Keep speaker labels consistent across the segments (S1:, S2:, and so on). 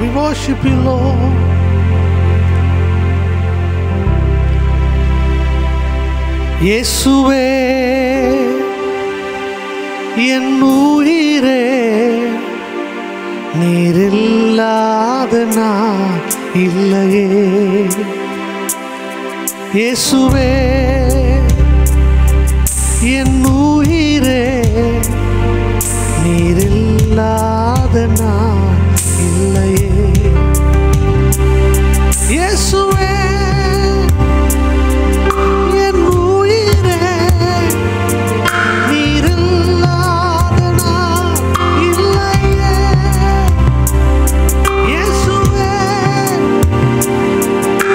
S1: We worship you, Lord. இயேசுவே என் உயிரே நீரில்லாத நான் இல்லையே இயேசுவே என் உயிரே நீரில்லாத நான் இல்லையே இயேசுவே என் உயிரே நீரில்லாத நான் இல்லையே. இயேசுவே, என் உயிரே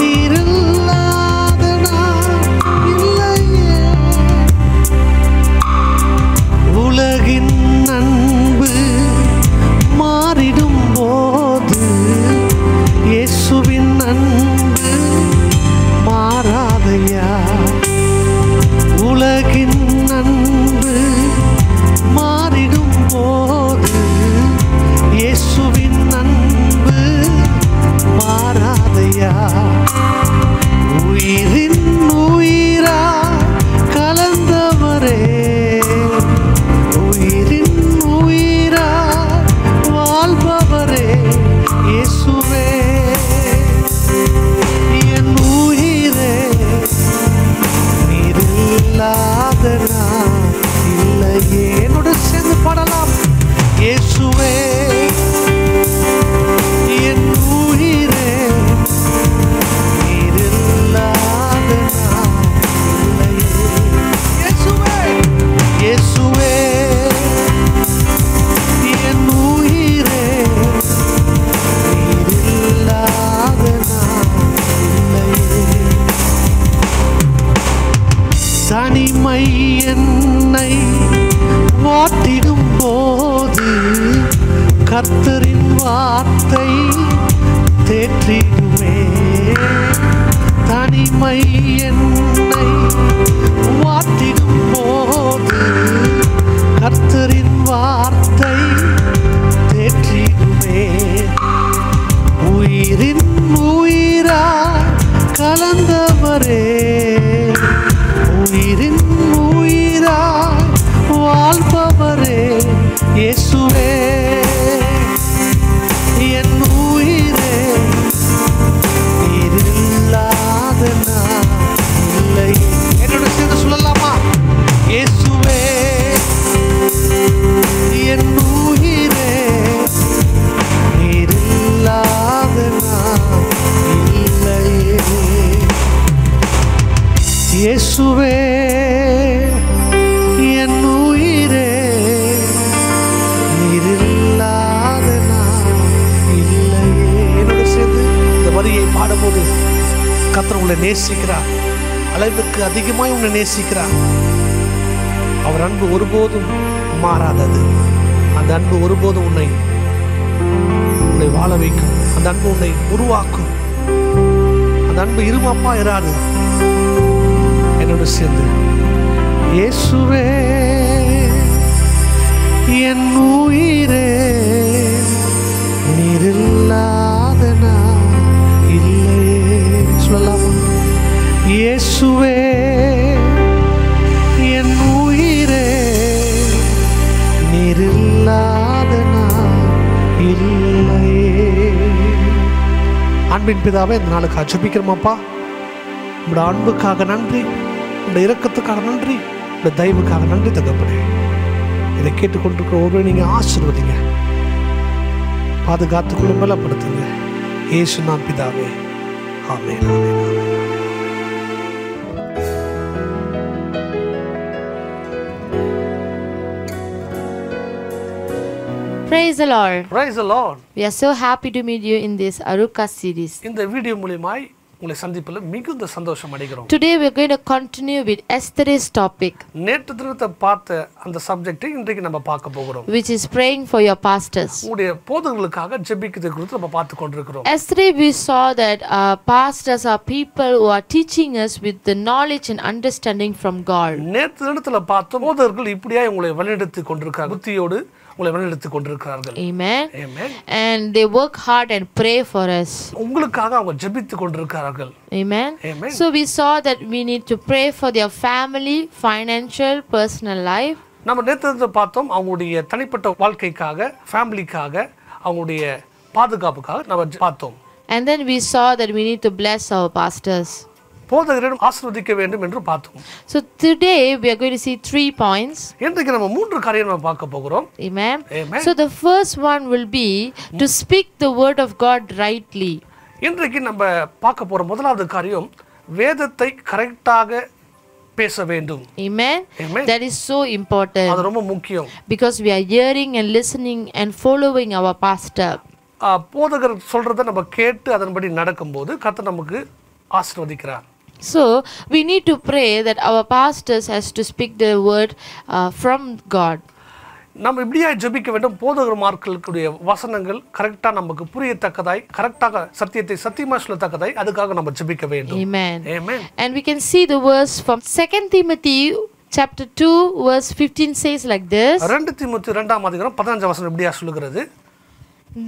S1: நீரில்லாத நான் இல்லையே. உலகின் அன்பு மாறிடும் போது இயேசுவின் அன்பு மாறாதையா உலகின் அன்பு மாறிடும் போது இயேசுவின் அன்பு மாறாதையா உயிரின் உயிரா கலந்தவரே உயிரின் உயிரா வாழ்பவரே இயேசுவே என் உயிரே நீரில்லாத நான் இல்லையே என்னோட சேர்ந்து பாடலாம் இயேசுவே என் உயிரே நீரில்லாத நான் இல்லையே. இயேசுவே இயேசுவே என் உயிரே நீரில்லாத நான் இல்லையே. தனிமை என்னை வாட்டிடும் போது கர்த்தரின் வார்த்தை தேற்றிடுமே தனிமை என்னை வாட்டிடும் போது கர்த்தரின் வார்த்தை தேற்றிடுமே உயிரின் உயிரா கலந்தவரே உயிரின் உயிரா வாழ்பவரே இயேசுவே என் உயிரே நீரில்லாத நான் இல்லை என்னோட சேர்ந்து சொல்லலாமா இயேசுவே என் உயிரே நீரில்லாத நான் இல்லையே. இயேசுவே என் உயிரே நீரில்லாத நான் இல்லையே என்னோட சேர்ந்து இந்த வரியை பாடும்போது கத்தர் உங்களை நேசிக்கிறார் அளவுக்கு அதிகமாய் உங்களை நேசிக்கிறார் அவர் அன்பு ஒருபோதும் மாறாதது அந்த அன்பு ஒருபோதும் உன்னை உன்னை வாழ வைக்கும் அந்த அன்பு உன்னை உருவாக்கும் அந்த அன்பு இருமாப்பா இராது என்னோட சேர்ந்து இயேசுவே என் உயிரே நீரில்லாத நான் இல்லையே சொல்லலாமா இயேசுவே என் உயிரே நீரில்லாத நான் இல்லையே அன்பின் பிதாவே இந்த நாளுக்கு அச்சுப்பிக்கிறோமாப்பா உங்களோட அன்புக்காக நன்றி உங்களோட இரக்கத்துக்காக நன்றி உங்களோட தயவுக்காக நன்றி தகப்பனே இதை கேட்டுக்கொண்டிருக்கிற ஒருவரை நீங்கள் ஆசீர்வதிங்க பாதுகாத்துக்குள்ள பலப்படுத்துங்க ஏசு நான் பிதாவே amen amen, amen.
S2: Praise the Lord.
S1: Praise the Lord.
S2: We are so happy to meet you in this Aruka series.
S1: இந்த வீடியோ மூலியமாய் உங்களை சந்திப்பில் மிகுந்த சந்தோஷம் அடைகிறோம்
S2: Today we are going to continue with Esther's topic,
S1: நேற்று தினத்தை பார்த்த அந்த சப்ஜெக்டை இன்றைக்கு நம்ம பார்க்க போகிறோம்
S2: which is praying for your pastors.
S1: உங்களுடைய போதகங்களுக்காக ஜெபிக்கிறது குறித்து நம்ம பார்த்து கொண்டிருக்கிறோம்
S2: Yesterday we saw that uh, pastors are people who are teaching us with the knowledge and understanding from God.
S1: நேற்று தினத்துல பார்த்தோம் போதகர்கள் இப்படியா உங்களை வழிநடத்தி கொண்டிருக்காங்க புத்தியோடு உங்களை வழிநடத்தி கொண்டிருக்கிறார்கள்
S2: Amen.
S1: Amen.
S2: And they work hard and pray for us.
S1: உங்களுக்காக அவங்க ஜெபித்து கொண்டிருக்கிறார்கள்
S2: Amen.
S1: Amen.
S2: So we saw that we need to pray for their family, financial, personal life.
S1: நம்ம நேற்று பார்த்தோம் அவங்களுடைய தனிப்பட்ட வாழ்க்கைக்காக ஃபேமிலிக்காக அவங்களுடைய பாதுகாப்புக்காக நம்ம ஜெ- பார்த்தோம்
S2: And then we saw that we need to bless our pastors.
S1: போதகரிடம் ஆசீர்வதிக்க வேண்டும் என்று பார்த்தோம்
S2: So today we are going to see three points.
S1: இன்றைக்கு நம்ம மூன்று காரியம் நம்ம பார்க்க போகிறோம்
S2: Amen.
S1: Amen. Hmm.
S2: So the first one will be to speak the word of God rightly.
S1: இன்றைக்கு நம்ம பார்க்க போற முதலாவது காரியம் வேதத்தை கரெக்டாக பேச வேண்டும்
S2: Amen.
S1: Amen.
S2: That is so important
S1: அது ரொம்ப முக்கியம்
S2: because we are hearing and listening and following our pastor.
S1: ஆ, போதகர் சொல்றதை நம்ம கேட்டு அதன்படி நடக்கும்போது கர்த்தர் நமக்கு ஆசீர்வதிக்கிறார்
S2: So we need to pray that our pastors has to speak the word uh, from God.
S1: நம்ம இப்படியா ஜெபிக்க வேண்டும் போதகர்மார்களுடைய வசனங்கள் கரெக்டாக நமக்கு புரியத்தக்கதாய் கரெக்டாக சத்தியத்தை சத்தியமாக சொல்லத்தக்கதாய் அதுக்காக நம்ம ஜெபிக்க வேண்டும்
S2: Amen.
S1: Amen.
S2: And we can see the verse from 2 Timothy chapter 2 verse 15 says like this.
S1: ரெண்டு தீமுத்தி ரெண்டாம் அதிகாரம் பதினஞ்சாம் வசனம் இப்படியா சொல்லுகிறது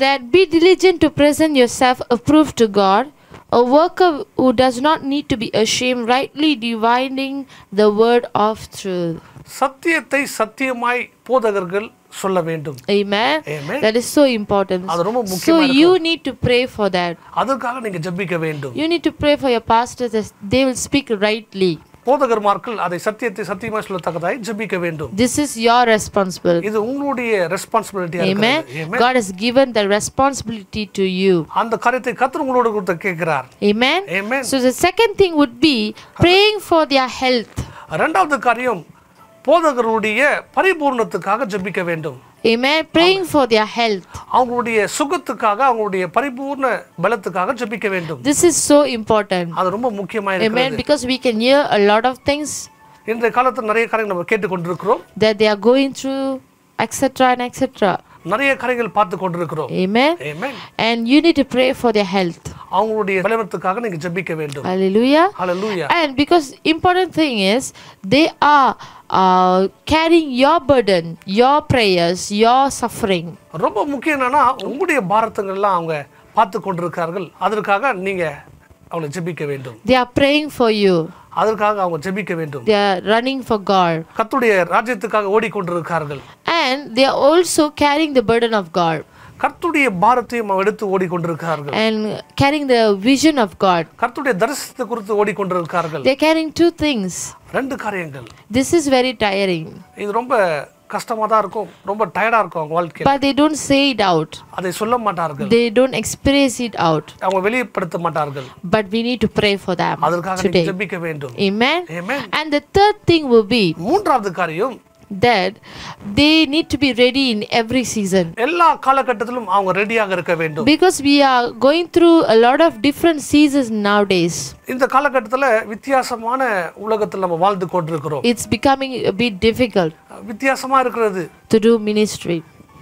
S2: That be diligent to present yourself approved to God, a worker who does not need to be ashamed, rightly dividing the word of truth.
S1: சத்தியத்தை சத்தியமாய் போதகர்கள் சொல்ல வேண்டும்
S2: Amen.
S1: Amen.
S2: That is so important.
S1: அது ரொம்ப
S2: So
S1: முக்கியமா
S2: you need to pray for that.
S1: அதற்காக நீங்க ஜெபிக்க வேண்டும்
S2: You need to pray for your pastors that they will speak rightly.
S1: போதகர்மார்கள் அதை சத்தியத்தை சத்தியமாய் சொல்லத்தக்கதாய் ஜெபிக்க வேண்டும்
S2: This is your responsibility.
S1: இது உங்களுடைய ரெஸ்பான்சிபிலிட்டியா
S2: Amen.
S1: இருக்கிறது
S2: God has given the responsibility to you.
S1: அந்த காரியத்தை கர்த்தர் உங்களோட கொடுத்த கேட்கிறார்
S2: Amen.
S1: Amen.
S2: So the second thing would be praying for their health.
S1: ரெண்டாவது காரியம் போதகருடைய பரிபூர்ணத்துக்காக ஜெபிக்க வேண்டும்
S2: Amen. Praying for their health.
S1: அவங்களுடைய சுகத்துக்காக அவங்களுடைய பரிபூர்ண பலத்துக்காக ஜெபிக்க வேண்டும்
S2: This is so important.
S1: அது ரொம்ப முக்கியமா
S2: Amen.
S1: இருக்கிறது
S2: Because we can hear a lot of things
S1: இன்றைய காலத்தில் நிறைய காரியங்கள் நம்ம கேட்டுக்கொண்டிருக்கிறோம்
S2: that they are going through, etc. and etc.
S1: நிறைய காரியங்கள் பார்த்து கொண்டிருக்கிறோம்
S2: Amen.
S1: Amen.
S2: And you need to pray for their health.
S1: அவங்களுடைய பலவத்துக்காக நீங்க ஜெபிக்க வேண்டும்
S2: Hallelujah.
S1: Hallelujah
S2: And because important thing is they are uh, carrying your burden, your prayers, your suffering.
S1: ரொம்ப முக்கியம் என்னன்னா உங்களுடைய பாரத்துங்கள்லாம் அவங்க பார்த்து கொண்டிருக்கிறார்கள் அதற்காக நீங்க அவங்களை ஜெபிக்க வேண்டும்
S2: They are praying for you.
S1: அதற்காக அவங்க ஜெபிக்க வேண்டும்
S2: They are running for God.
S1: கர்த்தருடைய ராஜ்யத்துக்காக ஓடிக்கொண்டிருக்கிறார்கள்
S2: And they are also carrying the burden of God
S1: கர்த்துடைய பாரத்தையும் அவன் எடுத்து ஓடிக்கொண்டிருக்கிறார்கள்
S2: and carrying the vision of God.
S1: கர்த்துடைய தரிசனத்தை குறித்து ஓடிக்கொண்டிருக்கிறார்கள்
S2: They're carrying two things.
S1: ரெண்டு காரியங்கள்
S2: This is very tiring,
S1: இது ரொம்ப கஷ்டமா தான் இருக்கும் ரொம்ப டயர்டா இருக்கும் அவங்க வாழ்க்கையில்
S2: but they don't say it out.
S1: அதை சொல்ல மாட்டார்கள்
S2: They don't express it out.
S1: அவங்க வெளிப்படுத்த மாட்டார்கள்
S2: But we need to pray for them.
S1: அதற்காக நீங்க ஜெபிக்க வேண்டும்
S2: Amen.
S1: Amen.
S2: And the third thing will be
S1: மூன்றாவது காரியம்
S2: that they need to be ready in every season.
S1: எல்லா காலகட்டத்திலும் அவங்க ரெடியாக இருக்க வேண்டும்
S2: Because we are going through a lot of different seasons nowadays.
S1: இந்த காலகட்டத்துல வித்தியாசமான உலகத்தில் நம்ம வாழ்ந்து கொண்டிருக்கிறோம்
S2: It's becoming a bit difficult
S1: வித்தியாசமா இருக்கிறது
S2: to do ministry.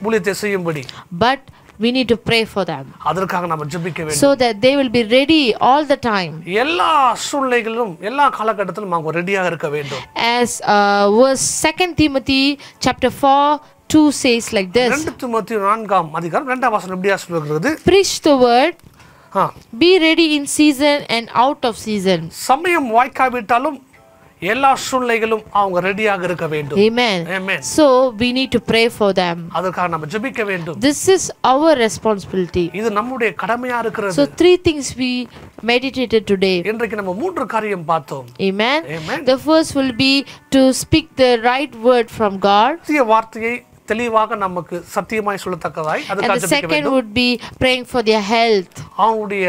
S1: ஊழியத்தை செய்யும்படி
S2: But we need to pray for them
S1: அதற்காக நம்ம ஜெபிக்க வேண்டும்
S2: so that they will be ready all the time.
S1: எல்லா சூழ்நிலைகளிலும் எல்லா காலகட்டத்திலும் அவங்க ரெடியாக இருக்க வேண்டும்
S2: As uh, verse 2 Timothy chapter 4 2 says like this
S1: ரெண்டு தீமோத்தேயு நான்காம் அதிகாரம் ரெண்டாம் வசனம் எப்படியா சொல்லுகிறது
S2: Preach the word,
S1: ah,
S2: be ready in season and out of season.
S1: சமயம் வாய்க்காவிட்டாலும் எல்லா சூழ்நிலைகளும் அவங்க ரெடியாக இருக்க வேண்டும்
S2: Amen.
S1: Amen.
S2: So we need to pray for them.
S1: அதற்காக நம்ம ஜெபிக்க வேண்டும்
S2: This is our responsibility.
S1: இது நம்முடைய கடமையா இருக்கிறது
S2: So, three things we meditated today.
S1: இன்றைக்கு நம்ம மூன்று காரியம் பார்த்தோம்
S2: Amen.
S1: Amen.
S2: The first will be to speak the right word from God.
S1: சத்திய வார்த்தையை தெளிவாக நமக்கு சத்தியமாய் சொல்லத்தக்கதாய் அதுக்காக
S2: And the
S1: ஜெபிக்க வேண்டும்
S2: second would be praying for their health.
S1: அவனுடைய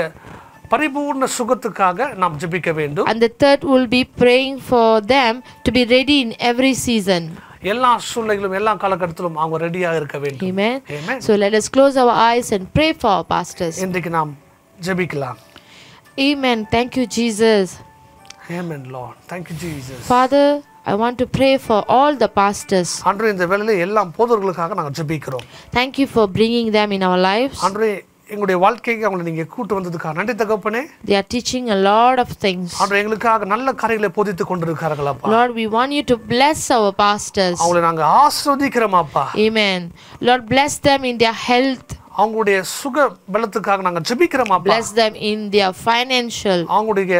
S1: பரிபூர்ண சுகத்துக்காக நாம் ஜெபிக்க வேண்டும்
S2: And the third will be praying for them to be ready in every season.
S1: எல்லா சூழ்நிலைகளும் எல்லா காலகட்டத்திலும் அவங்க ரெடியாக இருக்க வேண்டும்
S2: Amen.
S1: Amen.
S2: So let us close our eyes and pray for our pastors.
S1: இன்றைக்கு நாம் ஜெபிக்கலாம்
S2: Amen. Thank you, Jesus.
S1: Amen Lord thank you Jesus
S2: Father, I want to pray for all the pastors.
S1: அன்று இந்த வேளையில எல்லா போதவர்களுக்காக நாங்கள் ஜெபிக்கிறோம்
S2: Thank you for bringing them in our lives.
S1: அன்று எங்களுடைய வாழ்க்கைக்கு அவங்களை நீங்க கூட்டு வந்ததுக்காக நன்றி தகப்பனே
S2: They are teaching a lot of things.
S1: ஆண்டு எங்களுக்காக நல்ல காரியங்களை போதித்து கொண்டிருக்கிறார்களாப்பா
S2: Lord, we want you to bless our pastors.
S1: அவங்களை நாங்க ஆஸ்ரோதிக்கிறோமாப்பா
S2: Amen. Lord, bless them in their health,
S1: அவங்களுடைய சுக பலத்துக்காக நாங்க ஜெபிக்கிறோமாப்பா
S2: bless them in their financial.
S1: அவங்களுடைய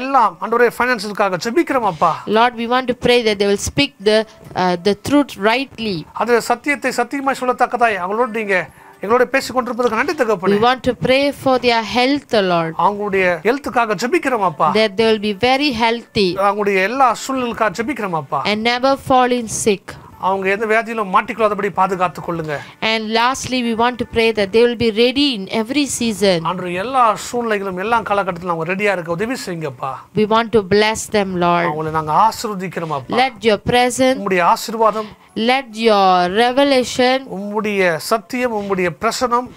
S1: எல்லாம் ஆண்டவரே ஃபைனான்சியலுக்காக ஜெபிக்கிறோமாப்பா
S2: Lord, we want to pray that they will speak the, uh, the truth rightly.
S1: அது சத்தியத்தை சத்தியமாய் சொல்லத்தக்கதாய் அவங்களோட நீங்க எங்களோட பேசி கொண்டிருப்பதுக்கு நன்றி தகப்பனே
S2: We want to pray for their health, Lord,
S1: அவங்களுடைய ஹெல்த்துக்காக ஜெபிக்கிறோமாப்பா
S2: that they will be very healthy
S1: அவங்களுடைய எல்லா சூழ்நிலுக்காக ஜெபிக்கிறோமாப்பா
S2: and never fall in sick.
S1: அவங்க எந்த வியாதியிலும் மாட்டிக்கொள்ளாதபடி பாதுகாத்துக் கொள்ளுங்க
S2: And lastly, we want to pray that they will be ready in every season.
S1: அன்று எல்லா சூழ்நிலைகளும் எல்லா காலகட்டத்திலும் அவங்க ரெடியா இருக்க உதவி செய்யுங்கப்பா
S2: We want to bless them, Lord.
S1: அவங்களை நாங்க ஆசீர்வதிக்கிறோமாப்பா
S2: Let your presence,
S1: உம்முடைய ஆசீர்வாதம்
S2: let your revelation,
S1: உம்முடைய சத்தியம் உம்முடைய பிரசனம்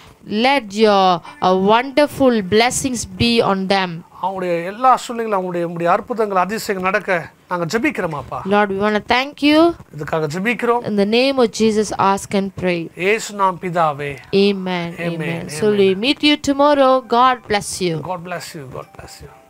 S2: let your uh, wonderful blessings be on them.
S1: அவங்களுடைய எல்லா சூழ்நிலைகளும் அவங்களுடைய உம்முடைய அற்புதங்கள் அதிசயங்கள் நடக்க நாங்க ஜெபிக்கிறோமாப்பா
S2: Lord, we want to thank you.
S1: இதுக்காக ஜெபிக்கிறோம்
S2: In the name of Jesus, ask and pray.
S1: ஏசு நாம் பிதாவே
S2: Amen. Amen. So we meet you tomorrow. God bless you.
S1: God bless you. God bless you.